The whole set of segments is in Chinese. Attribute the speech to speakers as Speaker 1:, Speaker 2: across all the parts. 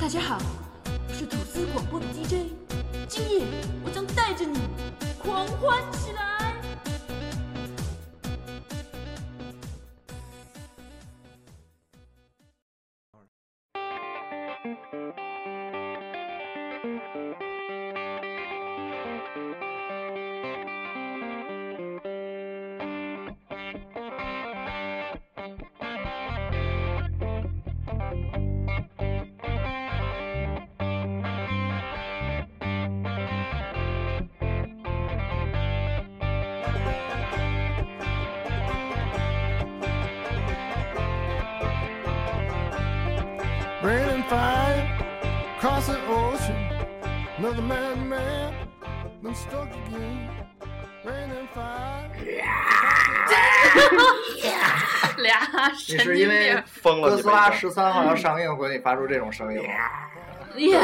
Speaker 1: 大家好，我是吐司广播的 DJ，今夜我将带着你狂欢起来。
Speaker 2: Rain and fire, cross the ocean. Another man, man, I'm stuck again. Rain and fire.
Speaker 3: 俩
Speaker 4: 你
Speaker 3: 神
Speaker 4: 是
Speaker 3: 经
Speaker 4: 因为
Speaker 3: 病，
Speaker 5: 疯了
Speaker 4: 哥
Speaker 5: 就
Speaker 4: 斯
Speaker 5: 被
Speaker 4: 拉
Speaker 5: 撞
Speaker 4: 十三号要上映回，你发出这种声音吗？
Speaker 3: 耶！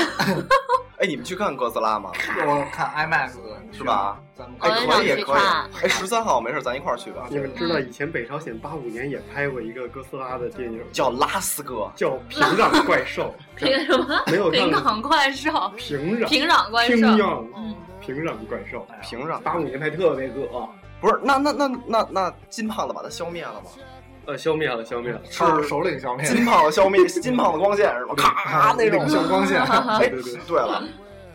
Speaker 5: 哎，你们去看哥斯拉吗？
Speaker 4: 我看 IMAX 的你去
Speaker 5: 是吧？
Speaker 4: 咱们
Speaker 3: 我
Speaker 5: 哎，
Speaker 3: 也
Speaker 5: 可
Speaker 3: 想
Speaker 5: 以
Speaker 3: 去
Speaker 5: 可以
Speaker 3: 看。
Speaker 5: 哎，十三号没事，咱一块儿去吧
Speaker 6: 你。们知道以前北朝鲜八五年也拍过一个哥斯拉的电影，
Speaker 5: 叫拉斯哥，
Speaker 6: 叫《平壤怪兽
Speaker 3: 凭什么？
Speaker 6: 没有
Speaker 3: 平
Speaker 6: 看过
Speaker 3: 壤怪兽》，，
Speaker 6: 平壤
Speaker 3: 平壤怪
Speaker 6: 平
Speaker 3: 兽，
Speaker 6: 壤平壤怪兽，
Speaker 5: 平壤
Speaker 6: 八五年拍特别啊恶，
Speaker 5: 不是？那那那那那金胖子把他消灭了吗？
Speaker 6: 呃，消灭了，消灭了，
Speaker 4: 是首领啊消灭
Speaker 5: 金胖子消灭金胖子光线是吗？咔那种
Speaker 4: 领。袖光 线，
Speaker 5: 哎，
Speaker 6: 对对对
Speaker 5: 对了，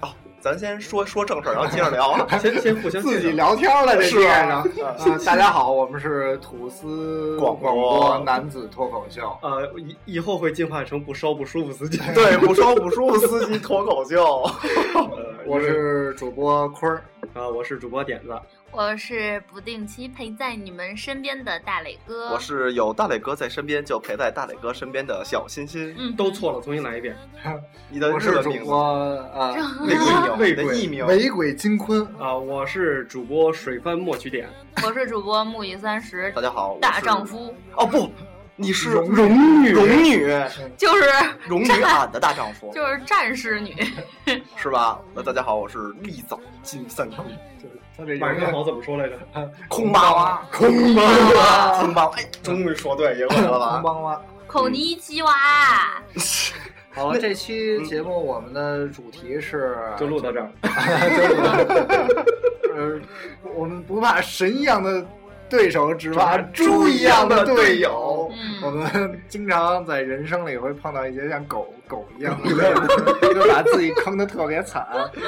Speaker 5: 哦，咱先说说正事儿，然后接着聊。啊
Speaker 6: 先先互相
Speaker 4: 自己
Speaker 6: 介绍
Speaker 4: 聊天了，这
Speaker 5: 是
Speaker 4: 街
Speaker 5: 啊
Speaker 4: 上。啊，大家好，我们是吐司
Speaker 5: 广播
Speaker 4: 播男子脱口秀。
Speaker 6: 呃，以以后会进化成不烧不舒服自己。
Speaker 5: 对，不说不舒服司机脱口秀，
Speaker 6: 呃
Speaker 4: 我是主播坤儿，
Speaker 6: 啊，我是主播点子，
Speaker 3: 我是不定期陪在你们身边的大磊哥。
Speaker 5: 我是有大磊哥在身边，就陪在大磊哥身边的小欣欣。
Speaker 3: 嗯，
Speaker 6: 都错了，重新来一遍。
Speaker 5: 你的
Speaker 4: 我
Speaker 5: 日
Speaker 4: 是
Speaker 5: 文
Speaker 4: 主
Speaker 5: 名字
Speaker 4: 播呃
Speaker 5: 魏贵鸟，
Speaker 6: 魏
Speaker 5: 你的
Speaker 6: 贵
Speaker 5: 艺名
Speaker 4: 尾鬼金坤，
Speaker 6: 啊、我是主播水帆墨曲点，
Speaker 3: 我是主播木已三十
Speaker 5: 大，家好，我
Speaker 3: 大
Speaker 5: 是
Speaker 3: 丈。夫
Speaker 5: 哦不，你是
Speaker 4: 荣
Speaker 6: 荣女
Speaker 5: 荣女，
Speaker 3: 就是
Speaker 5: 荣 女俺的大丈夫
Speaker 3: 就是战士女，
Speaker 5: 是吧？那大家好，我是立早金三空，
Speaker 4: 他这
Speaker 6: 晚上
Speaker 4: 人
Speaker 6: 好怎么说来着？
Speaker 5: 空巴哇，
Speaker 6: 空吗？
Speaker 5: 空巴 哇，哎，终于说对一回了
Speaker 4: 帮
Speaker 5: 吧？
Speaker 4: 帮吧。
Speaker 3: 口尼基娃。
Speaker 4: 好了，这期
Speaker 5: 嗯
Speaker 4: 节目我们的主题是
Speaker 6: 就录到这儿。
Speaker 4: 呃，我们不怕神一样的对手，只怕猪一样的队友。
Speaker 3: 嗯
Speaker 4: 我们经常在人生里会碰到一些像狗狗一样的队 友，就把自己坑的特别惨，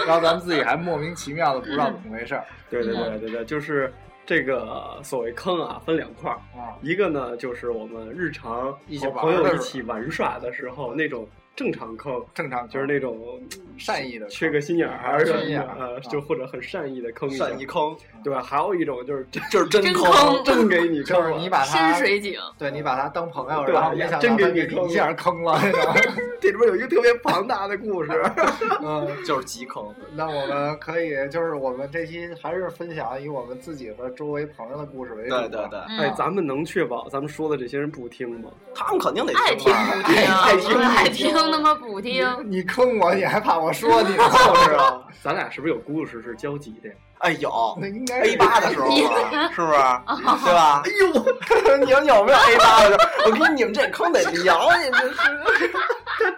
Speaker 4: 然后咱们自己还莫名其妙的不知道怎么回事儿
Speaker 6: 对对对对对，就是这个所谓坑啊，分两块儿。
Speaker 4: 啊。
Speaker 6: 一个呢，就是我们日常
Speaker 4: 一起
Speaker 6: 好
Speaker 4: 玩
Speaker 6: 朋
Speaker 4: 的
Speaker 6: 友一
Speaker 4: 时候
Speaker 6: 起玩耍的时候那种正常坑，
Speaker 4: 正常啊
Speaker 6: 就是那种
Speaker 4: 善意的
Speaker 6: 缺个心眼儿什
Speaker 4: 缺
Speaker 6: 么
Speaker 4: 心眼
Speaker 6: 的，
Speaker 4: 儿
Speaker 6: 呃，
Speaker 4: 啊
Speaker 6: 就或者很善意的坑一下
Speaker 5: 善意，坑，
Speaker 6: 对吧？还有一种就是真
Speaker 5: 这是真
Speaker 3: 真
Speaker 5: 坑
Speaker 3: 坑，
Speaker 6: 真给你
Speaker 4: 就
Speaker 6: 坑
Speaker 4: 是
Speaker 6: 了，
Speaker 4: 你把
Speaker 3: 深
Speaker 4: 他，
Speaker 3: 水井，
Speaker 4: 对你把他当朋友，
Speaker 6: 对
Speaker 4: 然后没想到他
Speaker 6: 真给
Speaker 4: 给
Speaker 6: 你坑
Speaker 4: 你一下坑了。
Speaker 6: 这里边有一个特别庞大的故事，
Speaker 4: 嗯，
Speaker 5: 就是极坑。
Speaker 4: 那我们可以，就是我们这期还是分享以我们自己和周围朋友的故事为主。
Speaker 5: 对对对，
Speaker 3: 嗯
Speaker 6: 哎，咱们能确保咱们说的这些人不听吗？
Speaker 5: 他们肯定得
Speaker 3: 爱听
Speaker 5: 吧？
Speaker 3: 不听，
Speaker 4: 爱听不听
Speaker 3: 爱听他妈不听。
Speaker 4: 你坑我，你还怕我说你？就是啊，
Speaker 6: 咱俩是不是有故事是交集的呀？
Speaker 5: 哎，有
Speaker 4: 那应该
Speaker 5: A
Speaker 4: 是
Speaker 5: 八的时候嘛，是不是？对吧？哎呦，你们有没有 A 八的时候？我跟你们这坑得聊，啊你这是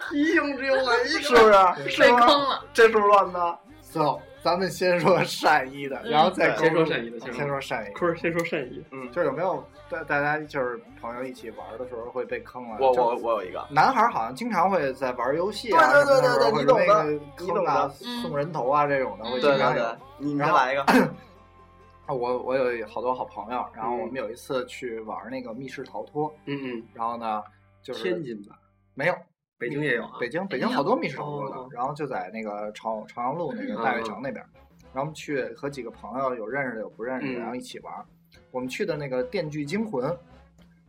Speaker 6: 提醒只有我一
Speaker 5: 是不是？
Speaker 3: 被
Speaker 5: 是
Speaker 3: 坑
Speaker 5: 吗？
Speaker 3: 了，
Speaker 5: 这是不是乱的？
Speaker 4: So，咱们先说善意的，
Speaker 3: 嗯
Speaker 4: 然后再
Speaker 6: 先说善意的，
Speaker 4: 先说善意。
Speaker 6: 坤儿先说善意，
Speaker 5: 嗯，
Speaker 4: 就是有没有大大家就是朋友一起玩的时候会被坑啊？
Speaker 5: 我
Speaker 4: 就
Speaker 5: 我我有一个，
Speaker 4: 男孩好像经常会在玩游戏啊，
Speaker 5: 对对
Speaker 4: 什么的
Speaker 5: 对
Speaker 4: 时候
Speaker 5: 对对
Speaker 4: 会
Speaker 5: 你懂的
Speaker 4: 那个
Speaker 5: 你懂
Speaker 4: 坑啊
Speaker 5: 的、
Speaker 3: 嗯
Speaker 4: 送人头啊这种的会
Speaker 3: 嗯
Speaker 4: 经
Speaker 5: 对
Speaker 4: 常
Speaker 5: 对
Speaker 4: 有。
Speaker 5: 对，你你再来一个，
Speaker 4: 啊我我有好多好朋友，然后我们有一次去玩那个密室逃脱，
Speaker 6: 嗯
Speaker 4: 然后呢，就
Speaker 6: 嗯，
Speaker 4: 是
Speaker 6: 天津吧，
Speaker 4: 没有
Speaker 6: 北京也有啊，
Speaker 4: 北京，北
Speaker 3: 京
Speaker 4: 京
Speaker 3: 有
Speaker 4: 好多密室逃脱
Speaker 6: 哦
Speaker 4: 的，然后就在那个朝朝阳路那个大悦城那边，然后我们去和几个朋友有认识的有不认识
Speaker 6: 嗯
Speaker 4: 的，然后一起玩。我们去的那个《电锯惊魂》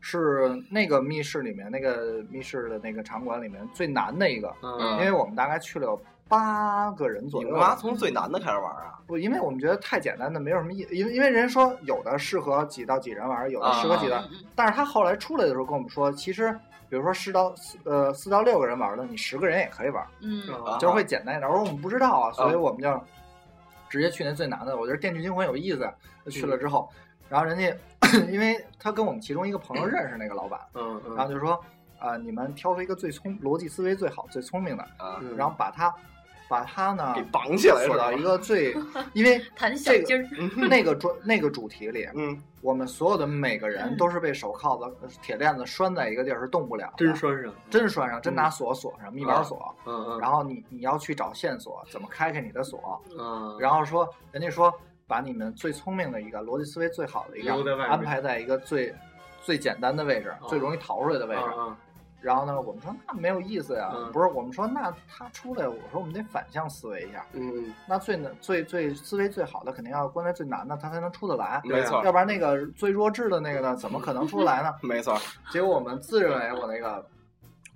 Speaker 4: 是那个密室里面那个密室的那个场馆里面最难的一个，因
Speaker 6: 嗯，
Speaker 4: 为我们大概去了有八个人左
Speaker 5: 你
Speaker 4: 右
Speaker 5: 干
Speaker 4: 吧。
Speaker 5: 嘛从最难的开始玩啊？
Speaker 4: 不，因为我们觉得太简单的没有什么意思，因为因为人说有的适合几到几人玩，有的适合几到，
Speaker 3: 啊
Speaker 4: 但是他后来出来的时候跟我们说，其实比如说四到四呃四到六个人玩的，你十个人也可以玩，
Speaker 3: 嗯，
Speaker 5: 啊
Speaker 4: 就是会简单一点。我说我们不知啊
Speaker 5: 嗯
Speaker 4: 道啊，所以我们就直接去那最难的。我觉得《电锯惊魂》有意思，去了之后。然后人家 因为他跟我们其中一个朋友认识那个老板，
Speaker 6: 嗯嗯
Speaker 4: 然后就说啊、你们挑出一个最聪逻辑思维最好最聪明的，
Speaker 5: 啊，
Speaker 6: 嗯
Speaker 4: 然后把他把他呢
Speaker 5: 给绑起来是
Speaker 4: 锁到
Speaker 5: 吧
Speaker 4: 一？个最，因为
Speaker 3: 弹小鸡儿，
Speaker 4: 那个专那个主题里，
Speaker 5: 嗯，
Speaker 4: 我们所有的每个人都是被手铐子、呃铁链子拴在一个地儿是动不了的，
Speaker 6: 真拴上，
Speaker 4: 真拴上，真拿
Speaker 5: 嗯
Speaker 4: 锁锁上，
Speaker 5: 啊
Speaker 4: 密码锁。
Speaker 6: 嗯嗯，
Speaker 4: 然后你你要去找线索，怎么开开你的锁？
Speaker 6: 嗯，
Speaker 4: 然后说人家说把你们最聪明的一个、逻辑思维最好的一个
Speaker 6: 留在外面
Speaker 4: 安排在一个最最简单的位置，
Speaker 6: 哦
Speaker 4: 最容易逃出来的位置。
Speaker 6: 嗯
Speaker 4: 然后呢，我们说那没有意思呀，
Speaker 6: 嗯
Speaker 4: 不是？我们说那他出来，我说我们得反向思维一下，
Speaker 6: 嗯
Speaker 4: 那最难、最最思维最好的肯定要关在最难的，他才能出得来。
Speaker 5: 没错
Speaker 4: 要不然那个最弱智的那 个呢，怎么可能出来呢？
Speaker 5: 没错，
Speaker 4: 结果我们自认为我那个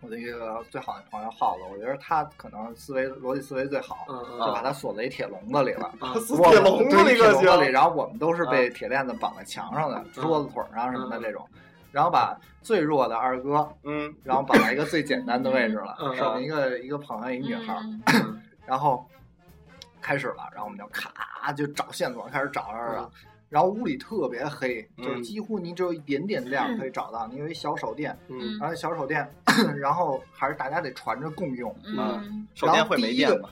Speaker 4: 我的一个最好的朋友耗子，我觉得他可能思维逻辑思维最好，
Speaker 6: 嗯
Speaker 4: 就
Speaker 6: 嗯，
Speaker 4: 把他锁在一铁笼子里 了。
Speaker 5: 死
Speaker 4: 我
Speaker 5: 啊铁笼子
Speaker 4: 对
Speaker 5: 里
Speaker 4: 铁
Speaker 5: 可
Speaker 4: 笼子里，
Speaker 5: 行。啊
Speaker 4: 然后我们都是被铁链子绑在墙上的，桌子腿儿啊上什么的这种，然后把最弱的二哥，
Speaker 5: 嗯，
Speaker 4: 然后绑在一个最简单的位置了，
Speaker 6: 嗯
Speaker 4: 是我们一个一个朋友一女孩儿，
Speaker 3: 嗯，
Speaker 4: 然后开始了，然后我们就咔就找线索，开始找找找。然后屋里特别黑，就是
Speaker 5: 嗯
Speaker 4: 几乎你只有一点点亮可以找到。你有一小手电，
Speaker 3: 嗯
Speaker 4: 然后小手电， 然后还是大家得传着共 用。
Speaker 3: 嗯
Speaker 5: 首先会没电吧？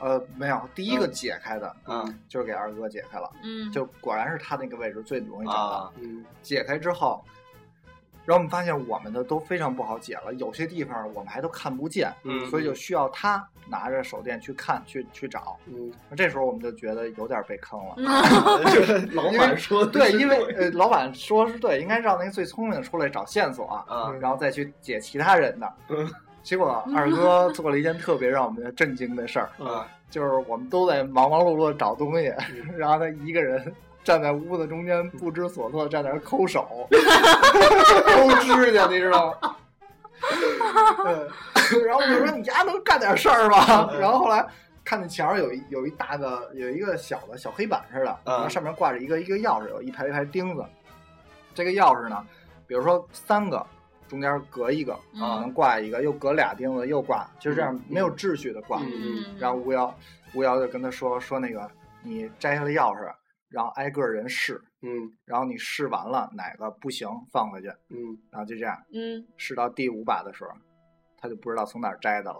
Speaker 4: 呃，没有，第一个解开的
Speaker 5: 嗯
Speaker 4: 就是给二哥解开了，
Speaker 3: 嗯，
Speaker 4: 就果然是他那个位置最容易找到。
Speaker 5: 啊，
Speaker 6: 嗯
Speaker 4: 解开之后，然后我们发现我们的都非常不好解了，有些地方我们还都看不见，
Speaker 6: 嗯
Speaker 4: 所以就需要他拿着手电去看、去去找。
Speaker 6: 嗯，
Speaker 4: 那这时候我们就觉得有点被坑了。
Speaker 6: 就是老板说的
Speaker 4: 对，因为呃，老板说是对，应该让那个最聪明的出来找线索啊，
Speaker 5: 嗯
Speaker 4: 然后再去解其他人的。
Speaker 6: 嗯
Speaker 4: 结果二哥做了一件特别让我们震惊的事儿，
Speaker 6: 啊，
Speaker 4: 就是我们都在忙忙碌碌地找东西， 然后他一个人站在屋子中间不知所措，站在那儿抠手、抠指甲，你知道吗？对，然后我就说你家能干点事儿吗？然后后来看见墙上有一有一大个有一个小的小黑板似的，
Speaker 5: 嗯
Speaker 4: 然后上面挂着一个一个钥匙，有一排一排钉子。这个钥匙呢，比如说三个，中间隔一个，可
Speaker 3: 嗯
Speaker 4: 能挂一个，又隔俩钉子，又挂，就这样没有秩序的挂。
Speaker 3: 嗯，
Speaker 4: 然后巫妖巫妖就跟他说说那个你摘下了钥匙，然后挨个人试，
Speaker 6: 嗯
Speaker 4: 然后你试完了哪个不行放回去，
Speaker 6: 嗯，
Speaker 4: 然后就这样
Speaker 1: 嗯，
Speaker 4: 试到第五把的时候，他就不知道从哪儿摘的了。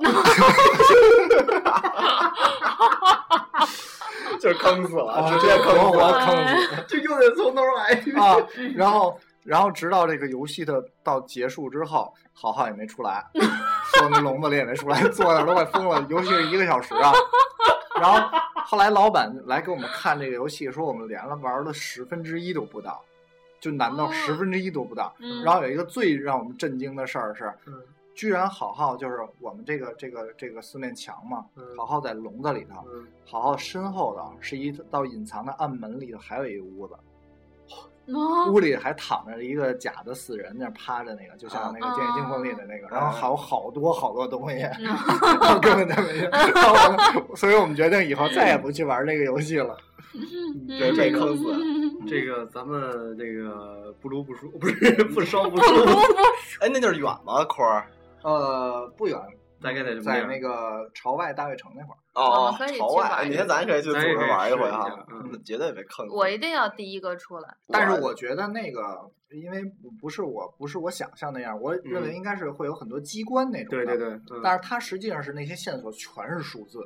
Speaker 5: 就是坑死了，直接
Speaker 4: 这
Speaker 5: 啊
Speaker 4: 活
Speaker 5: 坑死
Speaker 4: 活
Speaker 5: 了。
Speaker 4: 坑死
Speaker 6: 就又得从头来。
Speaker 4: 啊！然后，然后直到这个游戏的到结束之后，好浩也没出来，坐那笼子里也没出来，坐那儿都快疯了，游戏一个小时啊。然后后来老板来给我们看这个游戏，说我们连了玩了十分之一都不到，就难到
Speaker 3: 哦
Speaker 4: 十分之一都不到。
Speaker 3: 嗯
Speaker 4: 然后有一个最让我们震惊的事儿是
Speaker 6: 嗯，
Speaker 4: 居然好浩就是我们这个这个这个四面墙嘛，
Speaker 6: 嗯
Speaker 4: 好浩在笼子里头，
Speaker 6: 嗯
Speaker 4: 好浩身后头是一道隐藏的暗门，里头还有一个屋子。
Speaker 3: 哦，
Speaker 4: 屋里还躺着一个假的死人，那儿趴着那个，就像那个《电影惊魂》里的那个，然后还有好多好多东西，然后根本 就没用。然后我们所以我们决定以后再也不去玩这个游戏了。
Speaker 5: 对，被坑死了。
Speaker 6: 这个咱们这个不撸不输，不是不烧不输，
Speaker 5: 哎，那地儿远吗？坤儿？
Speaker 4: 呃，不远，
Speaker 6: 大概在什么
Speaker 4: 在
Speaker 6: 地儿
Speaker 4: 那个朝外大悦城那块儿。
Speaker 5: 哦
Speaker 3: 哦可以，去
Speaker 5: 朝
Speaker 3: 玩
Speaker 5: 外，
Speaker 3: 一下
Speaker 5: 哪天咱可以去组
Speaker 6: 咱也
Speaker 5: 织
Speaker 6: 可以
Speaker 5: 玩一回
Speaker 6: 试一
Speaker 5: 哈
Speaker 6: 下，嗯
Speaker 5: 绝对别坑死。
Speaker 3: 我一定要第一个出来，
Speaker 4: 但是我觉得那个，因为不是我不是我想象那样，我认为应该是会有很多机关那种
Speaker 6: 对
Speaker 4: 的。
Speaker 6: 对对，嗯
Speaker 4: 但是它实际上是那些线索全是数字，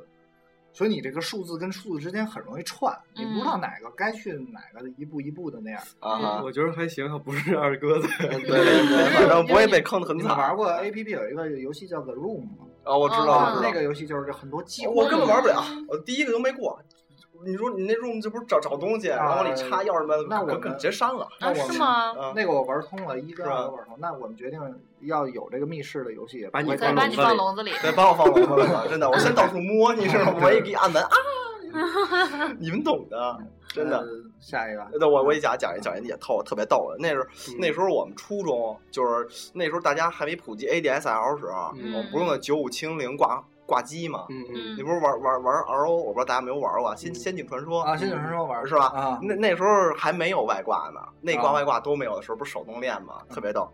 Speaker 4: 所以你这个数字跟数字之间很容易串，你不知
Speaker 3: 嗯
Speaker 4: 道哪个该去哪个，一步一步的那样。
Speaker 5: 啊哈，
Speaker 4: 嗯
Speaker 6: 我觉得还行，不是二哥的。
Speaker 5: 对对对，反正不会被坑的很
Speaker 4: 你
Speaker 5: 惨
Speaker 4: 们。玩过 A P P 有一个游戏叫 The Room 吗？
Speaker 5: 啊，我知
Speaker 3: 嗯
Speaker 5: 道，我知
Speaker 4: 那
Speaker 5: 道。
Speaker 4: 个游戏就是很多机关，
Speaker 5: 我根本玩不了，我第一个都没过。你说你那 room 这不是找找东西，然后往里插钥匙吗？
Speaker 4: 那我
Speaker 5: 可可直接删了。
Speaker 4: 那
Speaker 3: 啊，
Speaker 4: 我
Speaker 3: 是吗？
Speaker 5: 啊，
Speaker 4: 那个我玩通了，一跟
Speaker 5: 是吧
Speaker 4: 二都玩通。那我们决定要有这个密室的游戏，
Speaker 6: 把你
Speaker 4: 不会
Speaker 3: 再
Speaker 4: 关
Speaker 3: 把
Speaker 4: 笼
Speaker 3: 你
Speaker 4: 子
Speaker 3: 放笼子里，
Speaker 5: 对，把我放笼子里了，真的，我先到处摸，你知道吗？我也给你按门啊，你们懂的，真的。
Speaker 4: 呃下一个，
Speaker 5: 那我我也讲讲一讲一也透，特别逗的。那时候
Speaker 6: 嗯
Speaker 5: 那时候我们初中就是那时候大家还没普及 ADSL 时候，
Speaker 6: 嗯
Speaker 5: 我们不用的九五清零挂挂机嘛。
Speaker 6: 嗯嗯
Speaker 5: 你不是玩玩玩 RO，我不知道大家有没有玩过《仙
Speaker 6: 嗯
Speaker 5: 仙境传说》
Speaker 4: 啊，先有人说玩
Speaker 5: 是吧
Speaker 4: 啊，
Speaker 5: 那那时候还没有外挂呢，内挂
Speaker 4: 啊嗯
Speaker 5: 外挂都没有的时候，不是手动练吗？特别逗，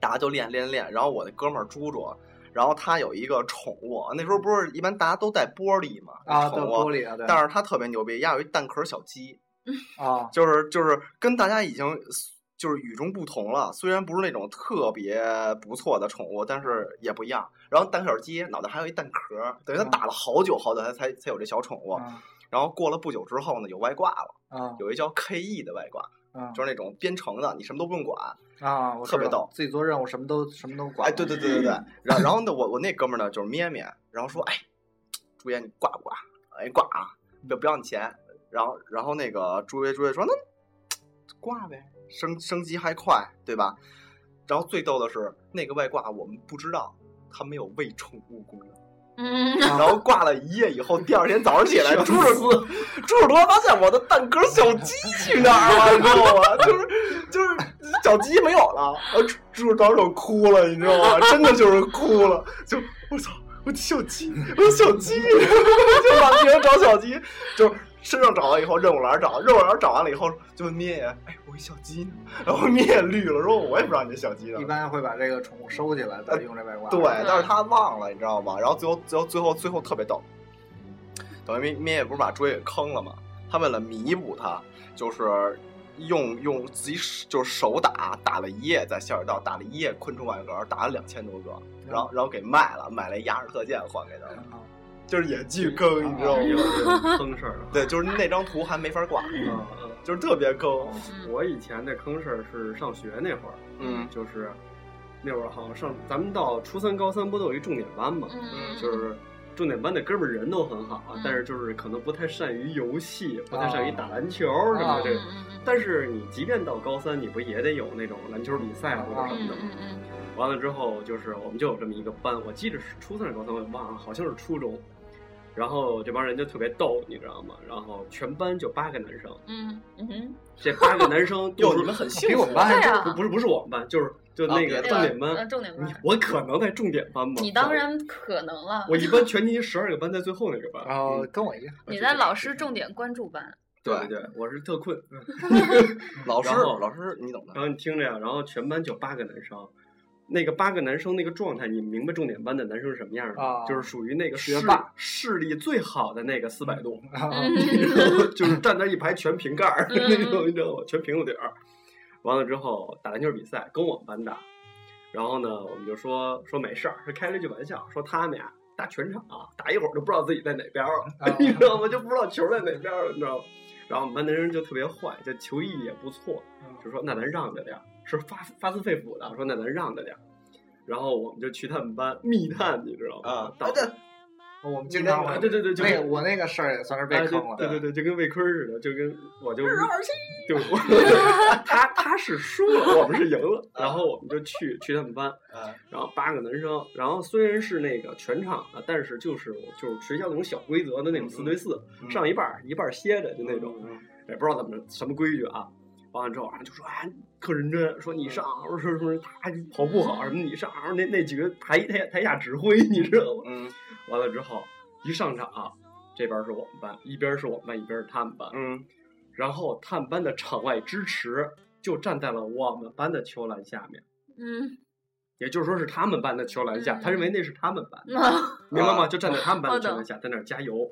Speaker 5: 大家就练练练。然后我那哥们儿猪猪，然后他有一个宠物，那时候不是一般大家都带玻璃嘛，
Speaker 4: 啊，对
Speaker 5: 宠
Speaker 4: 玻
Speaker 5: 物，
Speaker 4: 璃啊，对，
Speaker 5: 但是他特别牛逼，家有一蛋壳小鸡，
Speaker 4: 啊，
Speaker 5: 就是就是跟大家已经就是与众不同了。虽然不是那种特别不错的宠物，但是也不一样。然后蛋小鸡脑袋还有一蛋壳儿，等于它
Speaker 4: 嗯
Speaker 5: 打了好久好久才才才有这小宠物。
Speaker 4: 啊
Speaker 5: 然后过了不久之后呢，有外挂了，
Speaker 4: 啊
Speaker 5: 有一叫 KE 的外挂，
Speaker 4: 啊
Speaker 5: 就是那种编程的，你什么都不用管。
Speaker 4: 啊！我知
Speaker 5: 特别
Speaker 4: 道
Speaker 5: 逗
Speaker 4: 自己做任务什么都什么都管。
Speaker 5: 哎，对对对对对。然后然后呢，我我那哥们儿呢就是咩咩，然后说哎，朱爷你挂不挂？哎挂啊，不不要你钱。然后然后那个朱爷朱爷说那挂呗，升升级还快，对吧？然后最逗的是那个外挂我们不知道。他没有喂宠物功能，
Speaker 3: 嗯，
Speaker 5: 然后挂了一夜以后，第二天早上起来，猪耳朵，猪耳朵发现我的蛋壳小鸡去哪儿了，你知道吗？ 就是就是小鸡没有了，然后猪猪当时就哭了，你知道吗？真的就是哭了，就我操，我的小鸡，我的小鸡， 就满屏找小鸡，就身上找完以后，任务栏找，任务栏找完了以后，就问灭爷，哎，我一小鸡呢？然后灭爷绿了，说我也不知道你这小鸡呢
Speaker 4: 一。般会把这个宠物收起来，再用这外挂。
Speaker 5: 对，
Speaker 6: 嗯
Speaker 5: 但是他忘了，你知道吗？然后最后最后最后最后特别逗，等于灭灭爷不是把追给坑了吗？他为了弥补他，就是用用自己手就是手打打了一夜，在下水道打了一夜昆虫外壳，打了两千多个，
Speaker 6: 嗯
Speaker 5: 然后然后给卖了，买了一牙齿特件还给他了，
Speaker 4: 啊
Speaker 5: 就是也巨坑，你知道
Speaker 6: 有
Speaker 5: 吗？
Speaker 6: 这坑事儿啊。
Speaker 5: 对，就是那张图还没法挂，
Speaker 6: 嗯嗯
Speaker 5: 就是特别坑。
Speaker 6: 我以前的坑事儿是上学那会儿，
Speaker 5: 嗯
Speaker 6: 就是那会儿好像上咱们到初三、高三不都有一重点班嘛，
Speaker 3: 嗯
Speaker 6: 就是重点班的哥们儿人都很好啊
Speaker 3: 嗯，哦
Speaker 6: 但是就是可能不太善于游戏，不太善于
Speaker 4: 啊
Speaker 6: 打篮球什么
Speaker 4: 啊
Speaker 6: 的这种。
Speaker 3: 嗯
Speaker 6: 但是你即便到高三，你不也得有那种篮球比赛或者什么的吗？
Speaker 3: 嗯
Speaker 6: 完了之后，就是我们就有这么一个班，我记得是初三还是高三，我也忘了，好像是初中。然后这帮人就特别逗，你知道吗？然后全班就八个男生，
Speaker 3: 嗯嗯
Speaker 6: 这八个 男生都
Speaker 5: 哟，
Speaker 6: 是
Speaker 5: 你们很幸
Speaker 4: 比我
Speaker 5: 福
Speaker 4: 们班还
Speaker 3: 对
Speaker 4: 多
Speaker 3: 啊
Speaker 6: 不不是不是我们班，就是就那
Speaker 5: 啊别
Speaker 6: 个
Speaker 5: 的
Speaker 6: 重点
Speaker 3: 嗯，呃
Speaker 6: 班，
Speaker 3: 重点
Speaker 6: 你
Speaker 3: 班，
Speaker 6: 我可能在重点班吗？
Speaker 3: 你当然可能了
Speaker 6: 我，，我一般全年级十二个班在最后那个班。
Speaker 4: 然后
Speaker 6: 嗯
Speaker 4: 跟我一样，
Speaker 3: 你在老师重点关注班，
Speaker 6: 对对对，我是特困。
Speaker 4: 嗯
Speaker 5: 老师
Speaker 6: 然后
Speaker 5: 老师你懂的
Speaker 6: 然，后你听着呀，然后全班就八个男生，那个八个男生那个状态，你明白重点班的男生是什么样的吗？
Speaker 4: 啊
Speaker 6: 就是属于那个
Speaker 4: 学
Speaker 6: 视
Speaker 4: 霸
Speaker 6: 视力最好的那个四百度，
Speaker 4: 啊
Speaker 6: 然后就是站那一排全瓶盖儿
Speaker 3: 嗯
Speaker 6: 那种， 你知道吗？全瓶子底儿。完了之后打篮球比赛，跟我们班打，然后呢，我们就说说没事儿，是开了一句玩笑，说他们呀打全场啊打一会儿就不知道自己在哪边儿了，
Speaker 4: 啊
Speaker 6: 你知道吗？就不知道球在哪边儿了，你知道吗？然后我们班男生就特别坏，就球艺也不错，就说那咱让着点儿，是发发自肺腑的说那咱让着点儿。然后我们就去他们班密探，你知道吗？
Speaker 5: 啊
Speaker 6: 到
Speaker 5: 哎对
Speaker 4: 我们经常
Speaker 6: 啊
Speaker 4: 会
Speaker 6: 对对对，就
Speaker 4: 那
Speaker 6: 是
Speaker 4: 个我那个事儿也算是被
Speaker 6: 哎就
Speaker 4: 坑了。
Speaker 6: 对对对，就跟喂坤儿似的，就跟我就对，我他他是输了，我们是赢了，然后我们就去去他们班，
Speaker 5: 嗯
Speaker 6: 然后八个男生，然后虽然是那个全场的，但是就是就是学校那种小规则的那种四对四，
Speaker 5: 嗯
Speaker 6: 上一半儿一半儿歇着就那种，也不知道怎么什么规矩啊。完了之后啊，就说哎特认真，说你上，说什么他跑步好什么你上，那那几个台台台下指挥，你知道吗？
Speaker 5: 嗯
Speaker 6: 完了之后一上场、啊，这边是我们班，一边是我们班，一边是他们班，
Speaker 5: 嗯
Speaker 6: 然后他们班的场外支持就站在了我们班的球篮下面，
Speaker 3: 嗯，
Speaker 6: 也就是说是他们班的球篮下，
Speaker 3: 嗯
Speaker 6: 他认为那是他们班，
Speaker 3: 嗯
Speaker 6: 明白吗？就站在他们班的
Speaker 3: 我懂
Speaker 6: 球篮下，在那儿加油。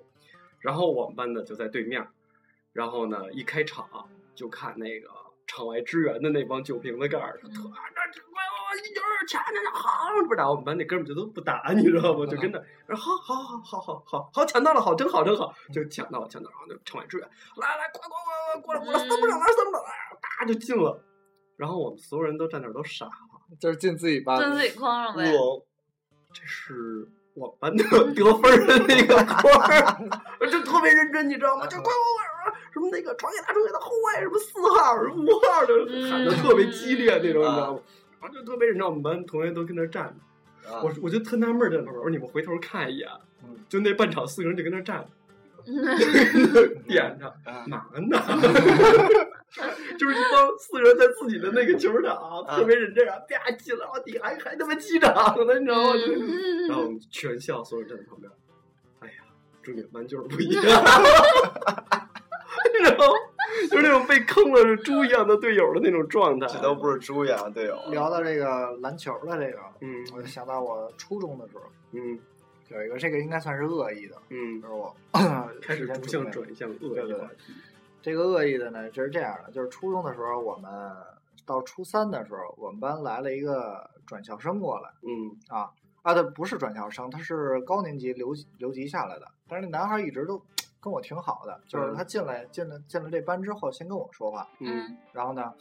Speaker 6: 然后我们班的就在对面，然后呢，一开场就看那个场外支援的那帮酒瓶子盖儿，就特啊，那这我我一就是抢着好，不是打我们班那哥们儿就都不打，你知道吗？就跟那，然后好好好好好好好抢到了，好真好真好，就抢到了抢到了，然后就场外支援，来来，快快快快过来过来，三不两篮三不两篮，啪就进了。然后我们所有人都站那儿都傻
Speaker 4: 就是进自己班，
Speaker 3: 真自己框上呗，
Speaker 5: 嗯
Speaker 6: 我这是我们班的得分儿的那个框儿，就特别认真，你知道吗？就快快快快，什么那个传给他，传给他，后卫什么四号、什么五号的，喊的特别激烈那种，你知道吗？然后就特别认真，我们班同学都跟那儿站着，
Speaker 5: 啊
Speaker 6: 我我就特纳闷儿在那儿，我说你们回头看一眼，就那半场四个人就跟那儿站着。点着嘛呢？ 就是一帮四人在自己的那个球场，特别认真啊，啪进了，我底还还他妈击掌呢，你知道吗？
Speaker 3: 嗯
Speaker 6: 然后我们全校所有人站在旁边，哎呀，重点班就是不一样，然后就是那种被坑了是猪一样的队友的那种状态，
Speaker 5: 这都不是猪呀，队友。
Speaker 4: 聊到这个篮球的这个，
Speaker 6: 嗯
Speaker 4: 我就想到我初中的时候
Speaker 6: 嗯
Speaker 4: 有一个，这个应该算是恶意的，就
Speaker 6: 嗯，
Speaker 4: 是我
Speaker 6: 开始
Speaker 4: 时间
Speaker 6: 逐
Speaker 4: 准
Speaker 6: 项
Speaker 4: 备
Speaker 6: 转向恶
Speaker 4: 对
Speaker 6: 意
Speaker 4: 对
Speaker 6: 话
Speaker 4: 对
Speaker 6: 题，
Speaker 4: 这个恶意的呢，就是这样的，就是初中的时候，我们到初三的时候，我们班来了一个转校生过来
Speaker 6: 嗯
Speaker 4: 啊啊，对，不是转校生，他是高年级留留级下来的，但是那男孩一直都跟我挺好的，就是他进来进了进了这班之后，先跟我说话，
Speaker 6: 嗯
Speaker 3: 嗯
Speaker 4: 然后呢，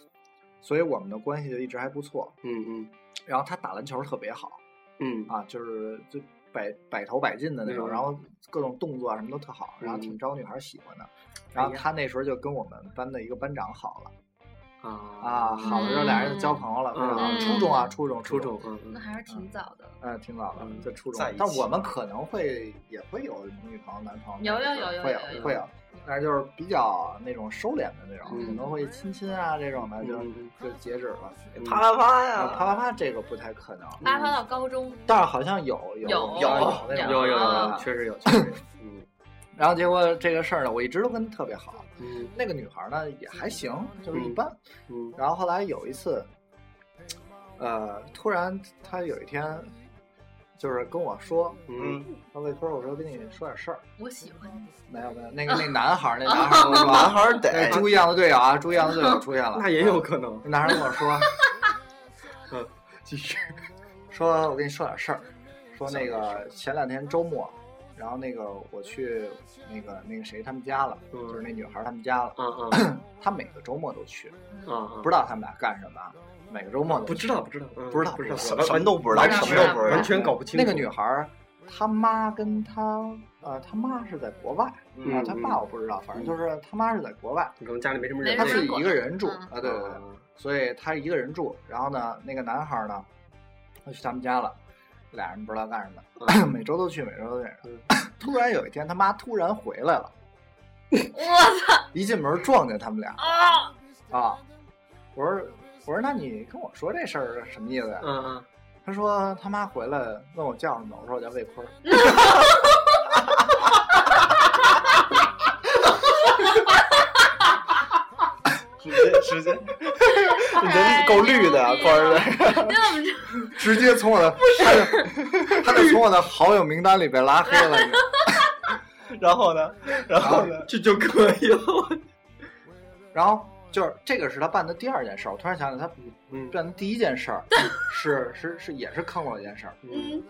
Speaker 4: 所以我们的关系就一直还不错。
Speaker 6: 嗯
Speaker 4: 然后他打篮球特别好
Speaker 6: 嗯
Speaker 4: 啊，就是就百百头百进的那种，
Speaker 6: 嗯
Speaker 4: 然后各种动作啊什么都特好，然后挺招女孩喜欢
Speaker 6: 哎
Speaker 4: 的。然后他那时候就跟我们班的一个班长好了
Speaker 6: 啊
Speaker 4: 啊，好了之后俩人就交朋友了，非常好
Speaker 6: 嗯
Speaker 4: 初中啊，初中，
Speaker 6: 初
Speaker 4: 中
Speaker 6: 中，嗯
Speaker 3: 那
Speaker 6: 嗯
Speaker 3: 还是挺早的。
Speaker 4: 嗯，挺早的，
Speaker 6: 嗯
Speaker 4: 就初中
Speaker 5: 在一。起
Speaker 4: 但我们可能会也会有女朋友、男朋
Speaker 3: 有
Speaker 4: 友，
Speaker 3: 有有有
Speaker 4: 会
Speaker 3: 有有
Speaker 4: 会有，但是就是比较那种收敛的那种，
Speaker 6: 嗯
Speaker 4: 可能会亲亲啊这种的就
Speaker 6: 嗯
Speaker 4: 就截止了。
Speaker 5: 啪啪啪
Speaker 4: 啊，啪
Speaker 5: 呀！
Speaker 4: 啪啪这个不太可能，
Speaker 3: 八分到高中，
Speaker 4: 但是好像有有
Speaker 3: 有
Speaker 4: 有那种
Speaker 6: 有有有，
Speaker 4: 啊
Speaker 6: 确实有，确实有，嗯
Speaker 4: 然后结果这个事儿呢，我一直都跟他特别好。
Speaker 6: 嗯
Speaker 4: 那个女孩呢也还行，就是一般。
Speaker 6: 嗯
Speaker 4: 然后后来有一次，呃，突然她有一天就是跟我说，
Speaker 6: 嗯
Speaker 4: 她魏坤，我说跟你说点事儿。
Speaker 3: 我喜欢你。
Speaker 4: 没有没有，那个那男孩儿，那男孩儿跟我 说，啊
Speaker 5: 男孩儿
Speaker 4: 那
Speaker 5: 得
Speaker 4: 猪一样的队友啊，猪一样的队友出现了。
Speaker 6: 那也有可能，
Speaker 4: 那男孩儿跟我说，
Speaker 6: 嗯，
Speaker 4: 继续说，我跟你说点事儿，说那个前两天周末，然后那个我去那个那个谁他们家了，
Speaker 6: 嗯
Speaker 4: 就是那女孩儿他们家了。
Speaker 6: 啊啊
Speaker 4: 他每个周末都去，
Speaker 6: 啊啊，
Speaker 4: 不知道他们俩干什么啊，每个周末都
Speaker 6: 不
Speaker 4: 去
Speaker 6: 知道不知道嗯
Speaker 4: 不知道
Speaker 6: 不知道
Speaker 5: 什么什么都不知道，
Speaker 6: 完
Speaker 5: 什
Speaker 6: 全
Speaker 5: 么都不知道
Speaker 6: 啊完。全搞不清
Speaker 4: 那
Speaker 6: 楚。
Speaker 4: 个女孩儿，她妈跟她呃，她妈是在国外
Speaker 5: 嗯
Speaker 4: 啊，她爸我不知道，反正
Speaker 6: 嗯
Speaker 4: 就是她妈是在国外，
Speaker 6: 可能家里没什么
Speaker 3: 没
Speaker 6: 人，
Speaker 4: 她
Speaker 3: 人
Speaker 4: 自己
Speaker 3: 管
Speaker 4: 一个人住
Speaker 3: 嗯
Speaker 4: 啊，对对
Speaker 6: 哦
Speaker 4: 对，所以她一个人住。然后呢，那个男孩儿呢，他去他们家了，俩人不知道干什么， 每周都去，每周都去。 突然有一天，他妈突然回来了，
Speaker 3: 我
Speaker 4: 一进门撞见他们俩
Speaker 3: 操！
Speaker 4: 啊，我说我说那你跟我说这事儿是什么意思呀？
Speaker 6: 嗯嗯，
Speaker 4: 他说他妈回来问我叫什么，我说我叫魏坤儿。
Speaker 5: 直接直接，你真够绿的啊，官儿的。
Speaker 3: 那我们这
Speaker 4: 直接从我的 他就 他就从我的好友名单里被拉黑了。
Speaker 5: 然后呢，然后呢，
Speaker 6: 啊这就可以了。
Speaker 4: 然后就是这个是他办的第二件事儿，我突然想起来，他
Speaker 6: 嗯
Speaker 4: 办的第一件事 儿是是是也是坑我的一件事儿，
Speaker 6: 嗯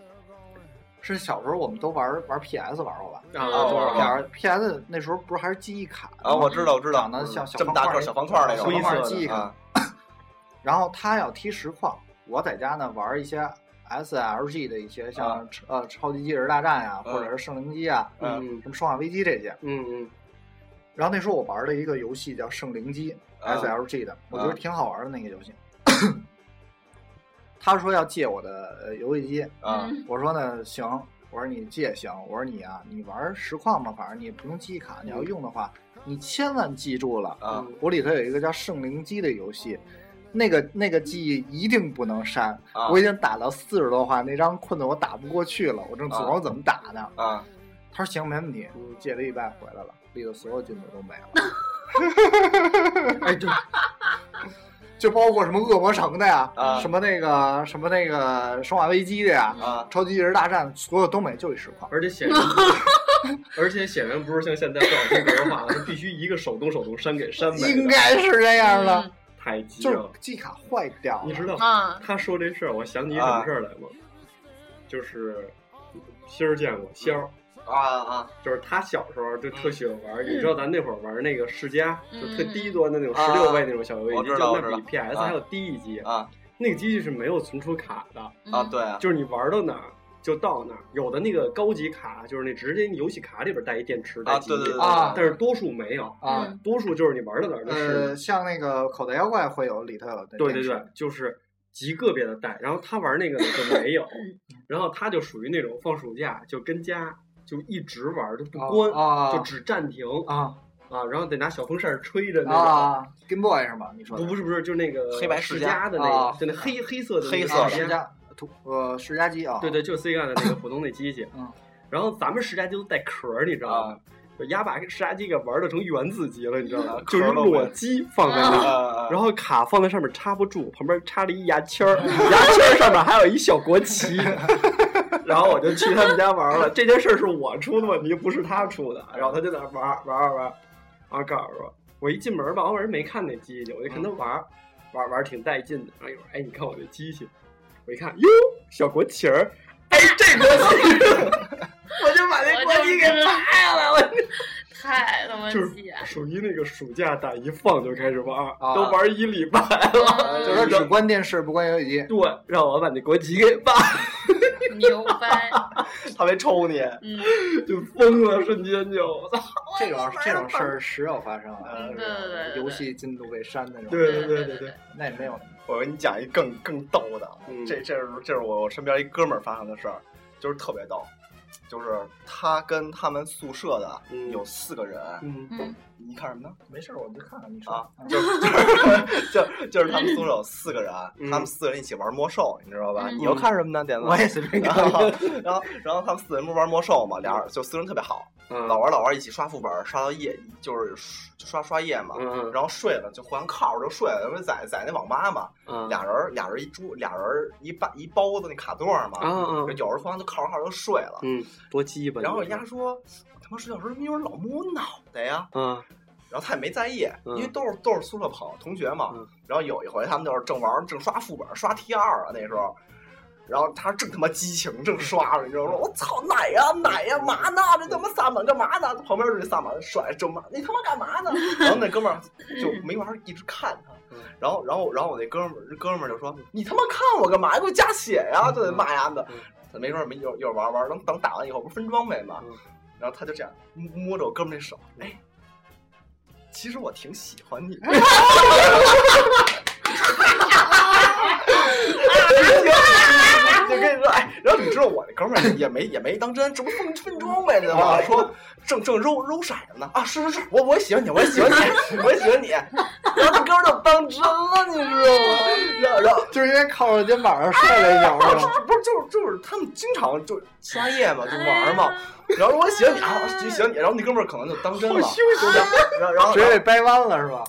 Speaker 4: 是小时候我们都玩玩 PS 玩过吧？
Speaker 6: 啊，
Speaker 5: 哦
Speaker 6: 多少
Speaker 5: 哦
Speaker 6: 票？
Speaker 4: 玩 PS 那时候不是还是记忆卡
Speaker 5: 啊，我知道，我知道
Speaker 4: 长，
Speaker 5: 嗯
Speaker 4: 得像
Speaker 5: 这么大个儿小方块儿那种
Speaker 4: 小
Speaker 6: 灰
Speaker 4: 方
Speaker 6: 色
Speaker 4: 块
Speaker 6: 的
Speaker 4: 儿记忆卡
Speaker 5: 啊。
Speaker 4: 然后他要踢实况，我在家呢玩一些 SLG 的一些
Speaker 5: 啊
Speaker 4: 像呃超级机器人大战呀，
Speaker 5: 嗯
Speaker 4: 或者是圣灵机啊，
Speaker 6: 嗯
Speaker 4: 什么生化危机这些。
Speaker 6: 嗯
Speaker 4: 然后那时候我玩了一个游戏叫《圣灵机》
Speaker 5: 啊
Speaker 4: SLG 的，我觉得挺好玩的那个游戏。 他说要借我的呃游戏机，
Speaker 5: 啊，
Speaker 3: 嗯
Speaker 4: 我说呢行，我说你借行，我说你啊，你玩实况吧，反正你不用记忆卡，你要用的话，你千万记住了，
Speaker 5: 啊
Speaker 4: 我里头有一个叫《圣灵机》的游戏。那个那个记忆一定不能删，
Speaker 5: 啊
Speaker 4: 我已经打到四十多话，那张困的我打不过去了，我正琢磨怎么打呢。
Speaker 5: 啊！
Speaker 4: 他说行，没问题
Speaker 6: 嗯，
Speaker 4: 借了一拜回来了，里头所有进度都没 了，
Speaker 6: 嗯，哎，对，
Speaker 4: 就包括什么恶魔城的呀，
Speaker 5: 啊
Speaker 4: 什么那个什么那个生化危机的呀，
Speaker 5: 啊
Speaker 4: 超级机器人大战，所有都没，就一实况。
Speaker 6: 而且显然，而且显然不是像现在不好听格化，它必须一个手动手动删给删没
Speaker 4: 应
Speaker 6: 的，
Speaker 4: 该是这样的，
Speaker 3: 嗯
Speaker 6: 太急
Speaker 4: 就是
Speaker 6: 了。
Speaker 4: 记忆卡坏掉了，
Speaker 6: 你知道
Speaker 3: 啊，
Speaker 6: 他说这事儿，我想起一什么事儿来吗？就是仙儿见过仙儿，
Speaker 5: 啊啊！
Speaker 6: 就是他小时候就
Speaker 5: 嗯
Speaker 6: 特喜欢玩儿，你知道咱那会儿玩儿那个世嘉，
Speaker 3: 嗯
Speaker 6: 就特低端的那种
Speaker 5: 啊
Speaker 6: 十六位那种小游戏
Speaker 5: 我
Speaker 6: 机，
Speaker 5: 知道
Speaker 6: 就
Speaker 5: 我知
Speaker 6: 那
Speaker 5: 道
Speaker 6: 比 PS
Speaker 5: 啊
Speaker 6: 还要低一级。
Speaker 5: 啊
Speaker 6: 那个机器是没有存储卡的，
Speaker 5: 啊！
Speaker 3: 嗯，
Speaker 5: 对啊，
Speaker 6: 就是你玩到哪儿就到哪儿。有的那个高级卡，就是那直接游戏卡里边带一电池带
Speaker 5: 啊
Speaker 6: 记
Speaker 5: 对对
Speaker 6: 忆
Speaker 5: 对，
Speaker 4: 啊
Speaker 6: 但是多数没有，
Speaker 4: 啊？
Speaker 3: 嗯
Speaker 6: 多数就是你玩到哪儿就是。
Speaker 4: 呃，像那个口袋妖怪会有里头有那
Speaker 6: 对对
Speaker 4: 电池
Speaker 6: 对，就是极个别的带。然后他玩那个呢就没有，
Speaker 3: 嗯
Speaker 6: 然后他就属于那种放暑假就跟家就一直玩，就不
Speaker 5: 哦
Speaker 6: 关，
Speaker 4: 啊
Speaker 6: 就只暂停
Speaker 4: 啊
Speaker 6: 啊，然后得拿小风扇吹着那种。
Speaker 4: 啊，Game Boy 是吗？你说的
Speaker 6: 不不是不是，就是那个
Speaker 5: 黑白世
Speaker 6: 世
Speaker 5: 家
Speaker 6: 的那个，
Speaker 4: 啊
Speaker 6: 就那黑黑色的那个
Speaker 5: 黑色
Speaker 4: 啊
Speaker 5: 的
Speaker 4: 世嘉图呃世嘉机啊？
Speaker 6: 对对，就是 C 干的那个普通那机器。
Speaker 4: 嗯
Speaker 6: 然后咱们世家机都带壳儿，你知道
Speaker 5: 啊
Speaker 6: 吗？就丫把世家机给玩的成原子级了，你知道吗
Speaker 5: 啊？
Speaker 6: 就是
Speaker 5: 壳儿都没
Speaker 6: 裸
Speaker 5: 了
Speaker 6: 机放在
Speaker 5: 啊
Speaker 6: 那儿，
Speaker 5: 啊！
Speaker 6: 然后卡放在上面插不住，旁边插了一牙签儿， 牙签儿上面还有一小国旗。 然后我就去他们家玩了，这件事儿是我出的问题，不是他出的。然后他就在那玩玩玩玩，然后告诉我，我一进门吧，我也没看那机器，我就看他玩儿，玩儿玩儿挺带劲的。然后一会儿，哎，你看我这机器，我一看，哟，小国旗儿，哎，这国旗儿， 我就把那
Speaker 3: 我
Speaker 6: 国
Speaker 3: 就
Speaker 6: 旗给
Speaker 3: 知道
Speaker 6: 拔下来了。
Speaker 3: 太他妈
Speaker 6: 就是
Speaker 3: 贱 了！
Speaker 6: 属于那个暑假档一放就开始玩儿，
Speaker 4: 啊
Speaker 6: 都玩儿一礼拜了。
Speaker 4: 就是说只关电视不关游戏机，
Speaker 6: 对，让我把那国旗给拔，
Speaker 3: 嗯牛掰，
Speaker 5: 他没抽你，
Speaker 3: 嗯，
Speaker 6: 就疯了，瞬间就，我操！
Speaker 4: 这种这种事儿时有发生啊。
Speaker 3: 嗯对对对对
Speaker 4: 游戏进度被删那种，
Speaker 6: 对
Speaker 3: 对
Speaker 6: 对
Speaker 3: 对
Speaker 6: 对，
Speaker 4: 那也没有。
Speaker 5: 我给你讲一更更逗的，
Speaker 6: 嗯
Speaker 5: 这这是这是我身边一哥们儿发生的事儿，就是特别逗，就是他跟他们宿舍的
Speaker 6: 嗯
Speaker 5: 有四个人，
Speaker 6: 嗯
Speaker 3: 嗯
Speaker 5: 你看什么呢？
Speaker 4: 没事儿，我就看看你
Speaker 5: 啊
Speaker 4: 说。，
Speaker 5: 就就是 就就是他们宿舍有四个人，
Speaker 6: 嗯
Speaker 5: 他们四个人一起玩魔兽，你知道吧？
Speaker 3: 嗯
Speaker 5: 你又看什么呢？点子？
Speaker 4: 我也随便
Speaker 5: 然
Speaker 4: 看。
Speaker 5: 后，然后，然后他们四个人不玩魔兽嘛，俩人就四个人特别好，
Speaker 6: 嗯
Speaker 5: 老玩老玩，一起刷副本，刷到夜，就是就刷刷夜嘛。
Speaker 6: 嗯
Speaker 5: 然后睡了就互相靠着就睡了，因为在在那网吧嘛，
Speaker 6: 嗯
Speaker 5: 俩人俩人一桌，俩人一把一包子那卡座嘛，
Speaker 6: 啊啊
Speaker 5: 有时候互相就靠着靠着就睡了。
Speaker 6: 嗯，多鸡巴。
Speaker 5: 然后人家说，我他妈睡觉时候没有人老摸我脑袋呀，
Speaker 6: 啊，
Speaker 5: 然后他也没在意，
Speaker 6: 嗯
Speaker 5: 因为都是都是宿舍朋友同学嘛。
Speaker 6: 嗯
Speaker 5: 然后有一回他们就是正玩儿正刷副本刷 T 二啊那时候，然后他正他妈激情正刷着，你知道吗？我操奶呀奶呀嘛呢？这他妈萨满干嘛呢？旁边这萨满甩正骂你他妈干嘛呢？然后那哥们儿就没法儿一直看他
Speaker 6: 嗯。
Speaker 5: 然后，然后，然后我那哥们儿，哥们儿就说：“你他妈看我干嘛呀？给我加血呀！”就得骂丫的
Speaker 6: 嗯。
Speaker 5: 他没事儿没一会儿一会儿玩儿玩儿，等等打完以后不是分装备嘛
Speaker 6: 嗯，
Speaker 5: 然后他就这样摸摸着我哥们儿那手，哎，其实我挺喜欢你。就跟你说，哎，然后你知道我那哥们儿也没也没当真，这不分分装呗，知道吗？说正正揉揉色子呢，啊，是是是，我我也喜欢你，我也喜欢你，我也喜欢你。然后那哥们儿就当真了，你知道吗？然后然后
Speaker 4: 就是因为靠着肩膀上睡了一觉，是吧？
Speaker 5: 不是就是就是他们经常就刷夜嘛，就玩嘛。然后说我喜欢你啊，就喜欢你。然后那哥们儿可能就当真了，然后然后
Speaker 4: 直接被掰弯了是吧？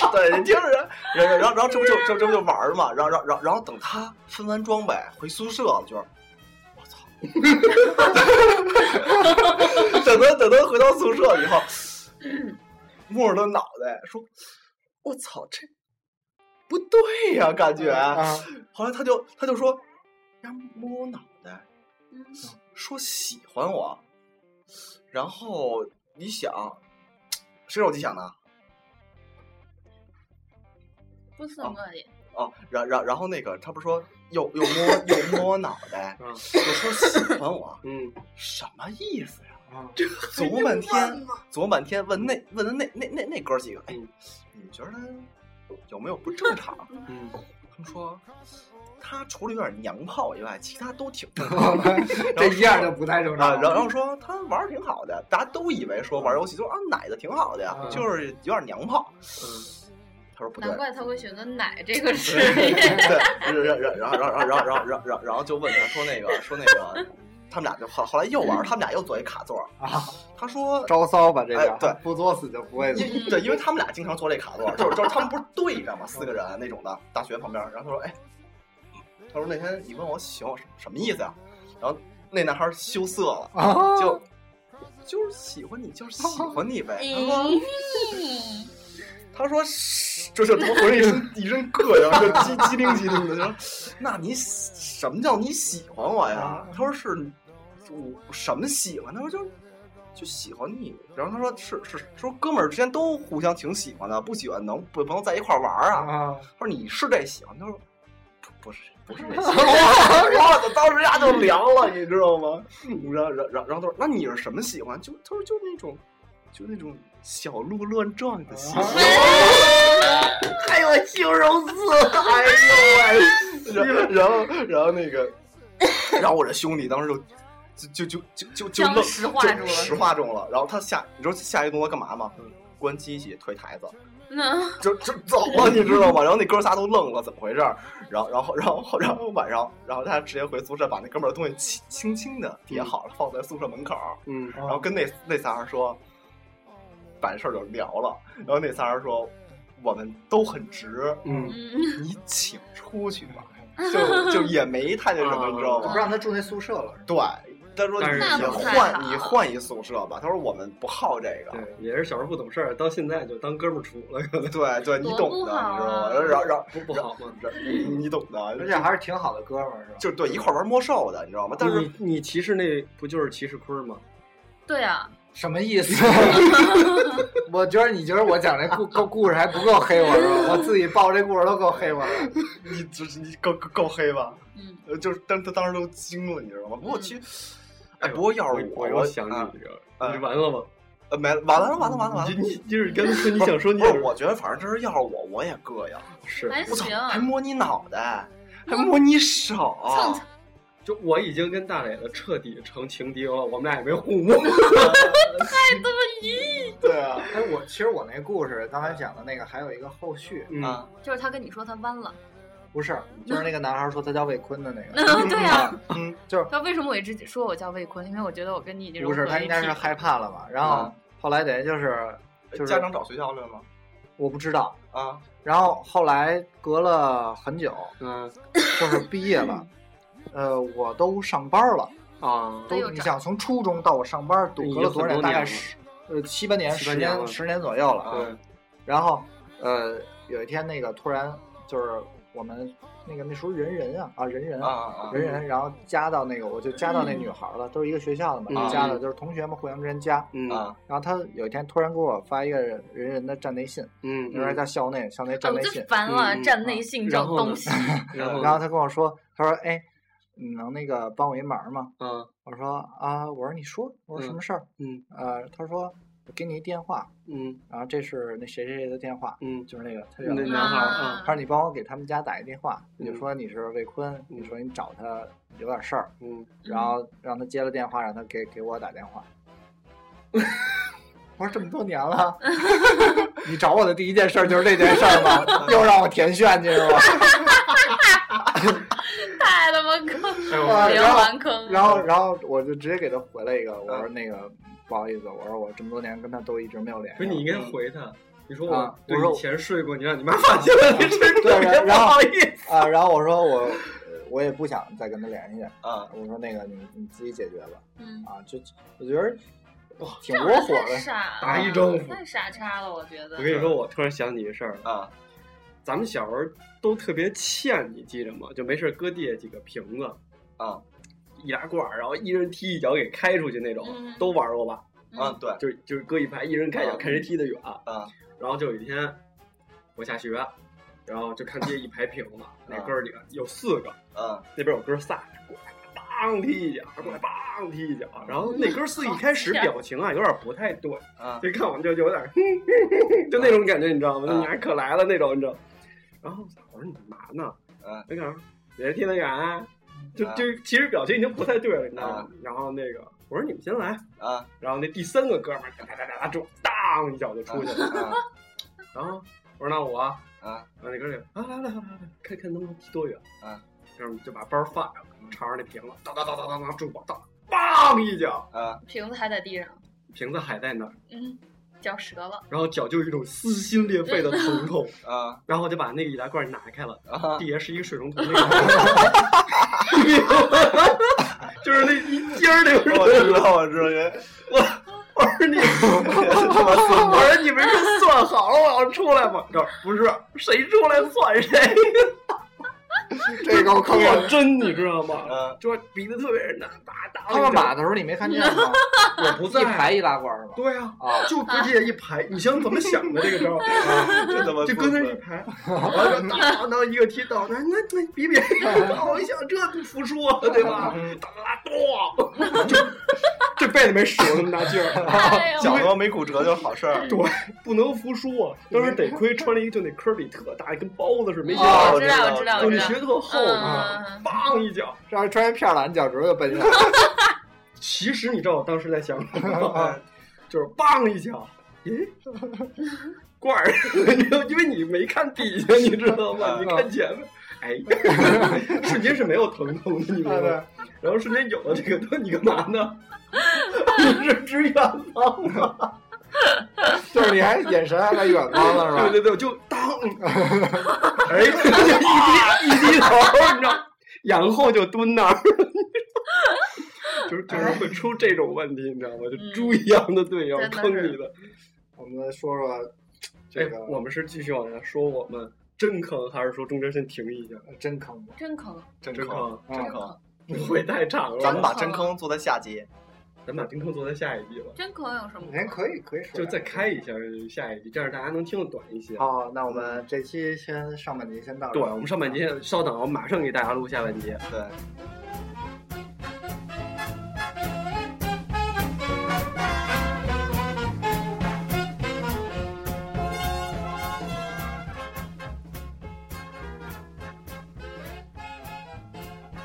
Speaker 5: 对，你听着，然后然后然后这不就这这不就玩儿嘛，然后然后然后然后等他分完装备回宿舍了，就是我操， 等他等他回到宿舍以后，摸着他脑袋说，我操这不对呀、感觉。
Speaker 4: 啊，
Speaker 5: 后来他就他就说，人家摸我脑袋，说喜欢我，然后你想，谁手机响的？啊
Speaker 3: 不是我的，
Speaker 5: 哦，然然然后那个他不是说又又摸又摸我脑袋，
Speaker 6: 嗯
Speaker 5: 又说喜欢我，
Speaker 6: 嗯
Speaker 5: 什么意思呀？
Speaker 4: 啊
Speaker 5: 琢磨半天，琢磨半天，问那问的那那那那哥几个，哎，你觉得有没有不正常？
Speaker 6: 嗯，
Speaker 5: 他们说他除了有点娘炮以外，其他都挺正常的。
Speaker 6: 嗯
Speaker 4: 这一样就不太正
Speaker 5: 啊，
Speaker 4: 常。
Speaker 5: 然后然后说他玩儿挺好的，大家都以为说玩儿游戏就啊奶的挺好的呀，
Speaker 4: 嗯
Speaker 5: 就是有点娘炮。
Speaker 6: 嗯
Speaker 5: 他说不对
Speaker 3: 难，怪他会选择奶这个职 业。
Speaker 5: 对，然然然然后然后然后然后然后然后然后就问他说那个说那个，他们俩就后后来又玩儿，他们俩又坐一卡座儿
Speaker 4: 啊，
Speaker 5: 他说。
Speaker 4: 招骚吧，这
Speaker 5: 哎
Speaker 4: 个
Speaker 5: 对
Speaker 4: 不作死就不会死。
Speaker 5: 因对，因为他们俩经常坐这卡座儿，就是就是他们不是对着嘛，四个人那种的，大学旁边儿。然后他说，哎，他说那天你问我喜欢我什什么意思呀、然后那男孩儿羞涩了，
Speaker 4: 啊，
Speaker 5: 就就是喜欢你，就是喜欢你呗。他说
Speaker 3: 嗯
Speaker 5: 他说是，就是头回一身一身膈应，就机机灵机灵的。就说，那你喜什么叫你喜欢我呀
Speaker 4: 啊？
Speaker 5: 他说是，我什么喜欢？他说就就喜欢你。然后他说是是，说哥们儿之间都互相挺喜欢的，不喜欢能不能在一块儿玩儿啊？
Speaker 4: 啊，
Speaker 5: 他说你是这喜欢？他说不不是不是这喜欢。然后当时丫就凉了，你知道吗？然后然后然后然后他说那你是什么喜欢？就他说就那种就那种小鹿乱撞的喜欢。
Speaker 4: 还有形容词，哎
Speaker 5: 哎呦喂！ 然后然后然后那个，然后我这兄弟当时就就就就就就
Speaker 3: 将
Speaker 5: 愣
Speaker 3: 石化
Speaker 5: 就
Speaker 3: 住了
Speaker 5: 石化中了。然后他下，你知道下一个动作干嘛吗？关机器推台子，
Speaker 3: 那
Speaker 5: 就就走了，你知道吗？然后那哥仨都愣了，怎么回事儿？然后然后然后然后晚上，然后他直接回宿舍把那哥们儿的东西轻轻轻
Speaker 3: 嗯
Speaker 5: 的叠好了，放在宿舍门口儿。
Speaker 6: 嗯
Speaker 5: 然后跟那那仨人说，把这事儿就聊了。然后那仨人说，我们都很直，
Speaker 6: 嗯
Speaker 3: 嗯，
Speaker 5: 你请 出去吧，就就也没太那什么，你知道
Speaker 3: 嗯
Speaker 4: 不
Speaker 5: 吗？
Speaker 4: 让他住那宿舍了，
Speaker 5: 对，他说
Speaker 6: 但
Speaker 5: 你
Speaker 6: 是
Speaker 3: 那不太
Speaker 5: 换
Speaker 3: 好
Speaker 5: 你换一宿舍吧，他说我们不好这个。
Speaker 6: 对，也是小时候不懂事儿，到现在就当哥们儿处了， 可能
Speaker 5: 对对，你
Speaker 3: 多
Speaker 5: 懂
Speaker 3: 不
Speaker 5: 的，
Speaker 3: 好
Speaker 5: 你知道
Speaker 3: 啊
Speaker 5: 吗？然后然后
Speaker 6: 不不好吗？
Speaker 5: 然后你懂的，
Speaker 4: 而且还是挺好的哥们儿，是吧？
Speaker 5: 嗯就是对一块玩魔兽的，你知道吗？但是
Speaker 6: 你你骑士那不就是骑士坤儿吗？
Speaker 3: 对啊，
Speaker 4: 什么意思？ 我觉得你觉得我讲这故故故事还不够黑我是吧？我自己报这故事都够黑我了。
Speaker 5: 你就是你够够够黑吧？
Speaker 3: 嗯，
Speaker 5: 呃，就是，但他当时都惊了，你知道吗？不过其实，哎，
Speaker 6: 嗯呦
Speaker 5: 不过要是
Speaker 6: 我
Speaker 5: 我
Speaker 6: 又想
Speaker 5: 啊
Speaker 6: 你这
Speaker 5: 啊
Speaker 6: 个，你完了吗？
Speaker 5: 呃，没了，完了完了完了完
Speaker 6: 你
Speaker 5: 了。
Speaker 6: 你就是刚才说你想说你
Speaker 5: 不
Speaker 6: 想
Speaker 5: 是，我觉得反正这是要是我，我也膈应。
Speaker 6: 是，
Speaker 3: 还
Speaker 5: 我操
Speaker 3: 行，，啊
Speaker 5: 还摸你脑袋，还
Speaker 3: 摸
Speaker 5: 摸你手，
Speaker 3: 蹭蹭，
Speaker 6: 就我已经跟大磊子彻底成情敌了，我们俩也没互摸。
Speaker 3: 太多咦，
Speaker 5: 对啊，
Speaker 4: 哎，我其实我那故事刚才讲的那个还有一个后续，
Speaker 6: 嗯，
Speaker 5: 啊，
Speaker 3: 就是他跟你说他弯了，
Speaker 4: 不是，就是那个男孩说他叫魏坤的那个，
Speaker 3: 嗯， 对啊，
Speaker 4: 嗯，就是
Speaker 3: 他为什么我一直说我叫魏坤？因为我觉得我跟你已经
Speaker 4: 不
Speaker 3: 融合
Speaker 4: 是他
Speaker 3: 为一
Speaker 4: 应
Speaker 3: 体
Speaker 4: 该是
Speaker 3: 了。哦
Speaker 4: 害怕了嘛，然后
Speaker 6: 嗯
Speaker 5: 啊
Speaker 4: 后来等于就是就是
Speaker 5: 家长找学校去了吗？
Speaker 4: 我不知道，
Speaker 5: 啊，
Speaker 4: 然后后来隔了很久，
Speaker 6: 嗯
Speaker 4: 就是毕业了，呃，我都上班了，
Speaker 6: 啊
Speaker 3: 都
Speaker 4: 都
Speaker 3: 有
Speaker 4: 你
Speaker 3: 长
Speaker 4: 想从初中到我上班，都
Speaker 6: 已
Speaker 4: 隔
Speaker 6: 经
Speaker 4: 了多少
Speaker 6: 很多
Speaker 4: 大概
Speaker 6: 年了
Speaker 4: 十呃七八年
Speaker 6: 七八
Speaker 4: 十
Speaker 6: 年
Speaker 4: 年
Speaker 6: 了
Speaker 4: 十年左右了，
Speaker 5: 啊
Speaker 4: 啊
Speaker 6: 对，
Speaker 4: 然后呃有一天那个突然就是我们那个那时候人人啊啊人人
Speaker 5: 啊啊啊！
Speaker 4: 人人，然后加到那个我就加到那女孩了，都是一个学校的嘛，
Speaker 6: 嗯
Speaker 4: 然后加的就是同学们互相之间加。
Speaker 6: 嗯
Speaker 5: 啊
Speaker 4: 然后他有一天突然给我发一个人人的站内信，
Speaker 6: 嗯，
Speaker 4: 那边叫校内校内
Speaker 3: 哎
Speaker 4: 站
Speaker 3: 我
Speaker 4: 内
Speaker 3: 最
Speaker 4: 信，
Speaker 3: 烦了，
Speaker 6: 嗯嗯
Speaker 3: 站内信这
Speaker 6: 然
Speaker 3: 种
Speaker 6: 后呢
Speaker 3: 东西，
Speaker 6: 然后
Speaker 4: 然后
Speaker 6: 呢
Speaker 4: 他跟我说，他说哎，你能那个帮我一忙吗？
Speaker 6: 啊
Speaker 4: 我说啊，我说你说，我说什么事儿？
Speaker 6: 嗯
Speaker 4: 呃，他说我给你一电话，
Speaker 6: 嗯
Speaker 4: 然后这是那谁谁谁的电话，
Speaker 6: 嗯，
Speaker 4: 就是那个他
Speaker 6: 那
Speaker 4: 叫
Speaker 6: 男孩儿
Speaker 3: 嗯
Speaker 6: 啊，
Speaker 4: 他说你帮我给他们家打一电话，你就
Speaker 6: 嗯
Speaker 4: 说你是魏坤，你说你找他有点事儿，
Speaker 6: 嗯，
Speaker 4: 然后让他接了电话，让他给给我打电话。 我说这么多年了，你找我的第一件事儿就是这件事儿吗？又让我填炫去是吧？
Speaker 3: 太他妈坑，
Speaker 6: 哎呦
Speaker 4: 啊
Speaker 3: 连
Speaker 4: 然后
Speaker 3: 环坑了。
Speaker 4: 然后，然后我就直接给他回了一个，我说
Speaker 6: 嗯
Speaker 4: 那个不好意思，我说我这么多年跟他都一直没有联
Speaker 6: 不
Speaker 4: 系
Speaker 6: 是
Speaker 4: 了。
Speaker 6: 你应该回他，你说嗯我
Speaker 4: 啊
Speaker 6: 对
Speaker 4: 我说
Speaker 6: 以前睡过，你让你妈发现了，你这
Speaker 4: 对
Speaker 6: 特别不
Speaker 4: 然后
Speaker 6: 好意思。
Speaker 4: 啊，然后我说我呃我也不想再跟他联系，
Speaker 5: 啊，
Speaker 4: 我说那个你你自己解决吧。
Speaker 3: 嗯，
Speaker 4: 啊，就我觉得挺
Speaker 6: 哦
Speaker 3: 这样
Speaker 4: 窝火
Speaker 3: 太
Speaker 4: 的。
Speaker 3: 傻了，
Speaker 6: 打一招呼
Speaker 3: 太傻叉了，我觉得。
Speaker 6: 我跟你说，我突然想起一事儿，
Speaker 5: 啊，
Speaker 6: 咱们小时候都特别欠，你记着吗？就没事儿搁地下几个瓶子
Speaker 5: 啊，
Speaker 6: 易拉罐儿，然后一人踢一脚给开出去那种，
Speaker 3: 嗯
Speaker 6: 都玩过吧？
Speaker 3: 嗯
Speaker 5: 啊，，对，
Speaker 6: 就是就是搁一排，一人开一脚，
Speaker 5: 啊
Speaker 6: 看谁踢得远。
Speaker 5: 啊，
Speaker 6: 然后就有一天我下学，然后就看街一排瓶子，那哥儿几个有四个，
Speaker 5: 啊，
Speaker 6: 那边有哥仨，过来梆踢一脚，过来梆踢一脚。然后那哥四一开始表情啊有点不太对，
Speaker 5: 啊，
Speaker 6: 就看我们就就有点哼哼 哼，就那种感觉，你知道吗？
Speaker 5: 啊
Speaker 6: 你还可来了那种，你知道。然后我说你干嘛呢？
Speaker 5: 啊，
Speaker 6: 那个别踢得远啊，就
Speaker 5: 啊
Speaker 6: 就其实表情已经不太对了，你知道
Speaker 5: 啊
Speaker 6: 吗？然后那个我说你们先来，
Speaker 5: 啊，
Speaker 6: 然后那第三个哥们儿哒哒哒哒就当一脚就出去了。
Speaker 5: 啊，
Speaker 6: 然后我说那我啊，
Speaker 5: 啊
Speaker 6: 然后那哥儿就啊来来来来来，看看能不能踢多远
Speaker 5: 啊，
Speaker 6: 然后就把包放下了，朝着那瓶子当当当当当当助跑，当梆一脚，
Speaker 5: 啊，
Speaker 3: 瓶子还在地上，
Speaker 6: 瓶子还在那儿，
Speaker 3: 嗯，脚折 了，
Speaker 6: 然后脚就有一种撕心裂肺的疼 痛，
Speaker 5: 啊，
Speaker 6: 然后就把那个易拉罐拿开了，
Speaker 5: 啊，
Speaker 6: 底下是一个水 龙头那个，你明白吗就是那一尖儿那个水
Speaker 5: 我
Speaker 6: 龙
Speaker 5: 知
Speaker 6: 头，
Speaker 5: 道，我知道，
Speaker 6: 我说你。
Speaker 5: 他妈
Speaker 6: 我说你们是算好了我要出来吗？他说不是，谁出来 算谁。
Speaker 4: 这个我坑
Speaker 6: 特
Speaker 5: 啊
Speaker 4: 我。
Speaker 6: 真，你知道吗？
Speaker 5: 嗯，
Speaker 6: 就是比的特别难，打打
Speaker 4: 他们打的时候你没看见吗？
Speaker 6: 我不在啊
Speaker 4: 一排易拉罐是吧？
Speaker 6: 对啊，
Speaker 4: 啊，
Speaker 6: 就搁地下一排，你想怎么想的这 个招儿？啊
Speaker 5: 这他妈
Speaker 6: 就跟那一排，然后当当一个踢到，那那那比比， 我一想这不服输啊，对吧？当当当， 就这辈子没使过那么大劲儿，
Speaker 3: 哎 呦，
Speaker 5: 脚他妈没骨折就是好事儿。
Speaker 6: 对，不能服输 啊！当时得亏穿了一个就那科比特大，跟包子似的，没
Speaker 3: 我
Speaker 6: 鞋带
Speaker 5: 哦
Speaker 6: 儿，
Speaker 3: 知道，我知道，
Speaker 6: 就
Speaker 3: 我
Speaker 6: 那
Speaker 3: 知
Speaker 6: 鞋
Speaker 3: 道，
Speaker 6: 特厚，啊
Speaker 3: 嗯嗯嗯
Speaker 6: 梆一脚。
Speaker 4: 让人穿一片蓝脚趾头就奔下来。
Speaker 6: 其实你知道我当 时在想什么吗？
Speaker 3: 啊
Speaker 6: 就是梆一脚，咦，罐儿， 因为你没看底下，你知道吗？
Speaker 3: 啊
Speaker 6: 你看前面， 哎，瞬间是没有疼痛的，你明
Speaker 3: 啊
Speaker 6: 白吗？然后瞬间有了这个，你干 嘛呢？你是支援方吗？
Speaker 4: 就是你还眼神还在远方 呢
Speaker 6: 对
Speaker 4: 是吧？
Speaker 6: 对对，我就 当，哎，一低一低头，你知道，然后就蹲那儿， 就是就是会出这种问题，你知道吗？就猪一样的队友
Speaker 3: 嗯真的
Speaker 6: 坑
Speaker 3: 是
Speaker 6: 你的。
Speaker 4: 我们说说
Speaker 6: 哎
Speaker 4: 这，个，
Speaker 6: 我们是继续往下说我们真坑，还是说中间先停一下？
Speaker 4: 真坑吧，
Speaker 1: 真坑，
Speaker 5: 真
Speaker 6: 真
Speaker 5: 坑，
Speaker 6: 坑
Speaker 4: 真
Speaker 5: 真
Speaker 4: 坑
Speaker 5: 坑，
Speaker 6: 不会太长了，
Speaker 5: 咱们把真坑做在下集。
Speaker 6: 咱把真坑做在下一集吧，
Speaker 3: 真可有什么？
Speaker 4: 您哎可以可以说
Speaker 6: 就再开一下下一集，这样大家能听得短一些。
Speaker 4: 好，那我们这期先上半集先到这
Speaker 6: 对，
Speaker 4: 儿。
Speaker 6: 我们上半节稍等，我们马上给大家录下半节。
Speaker 5: 对，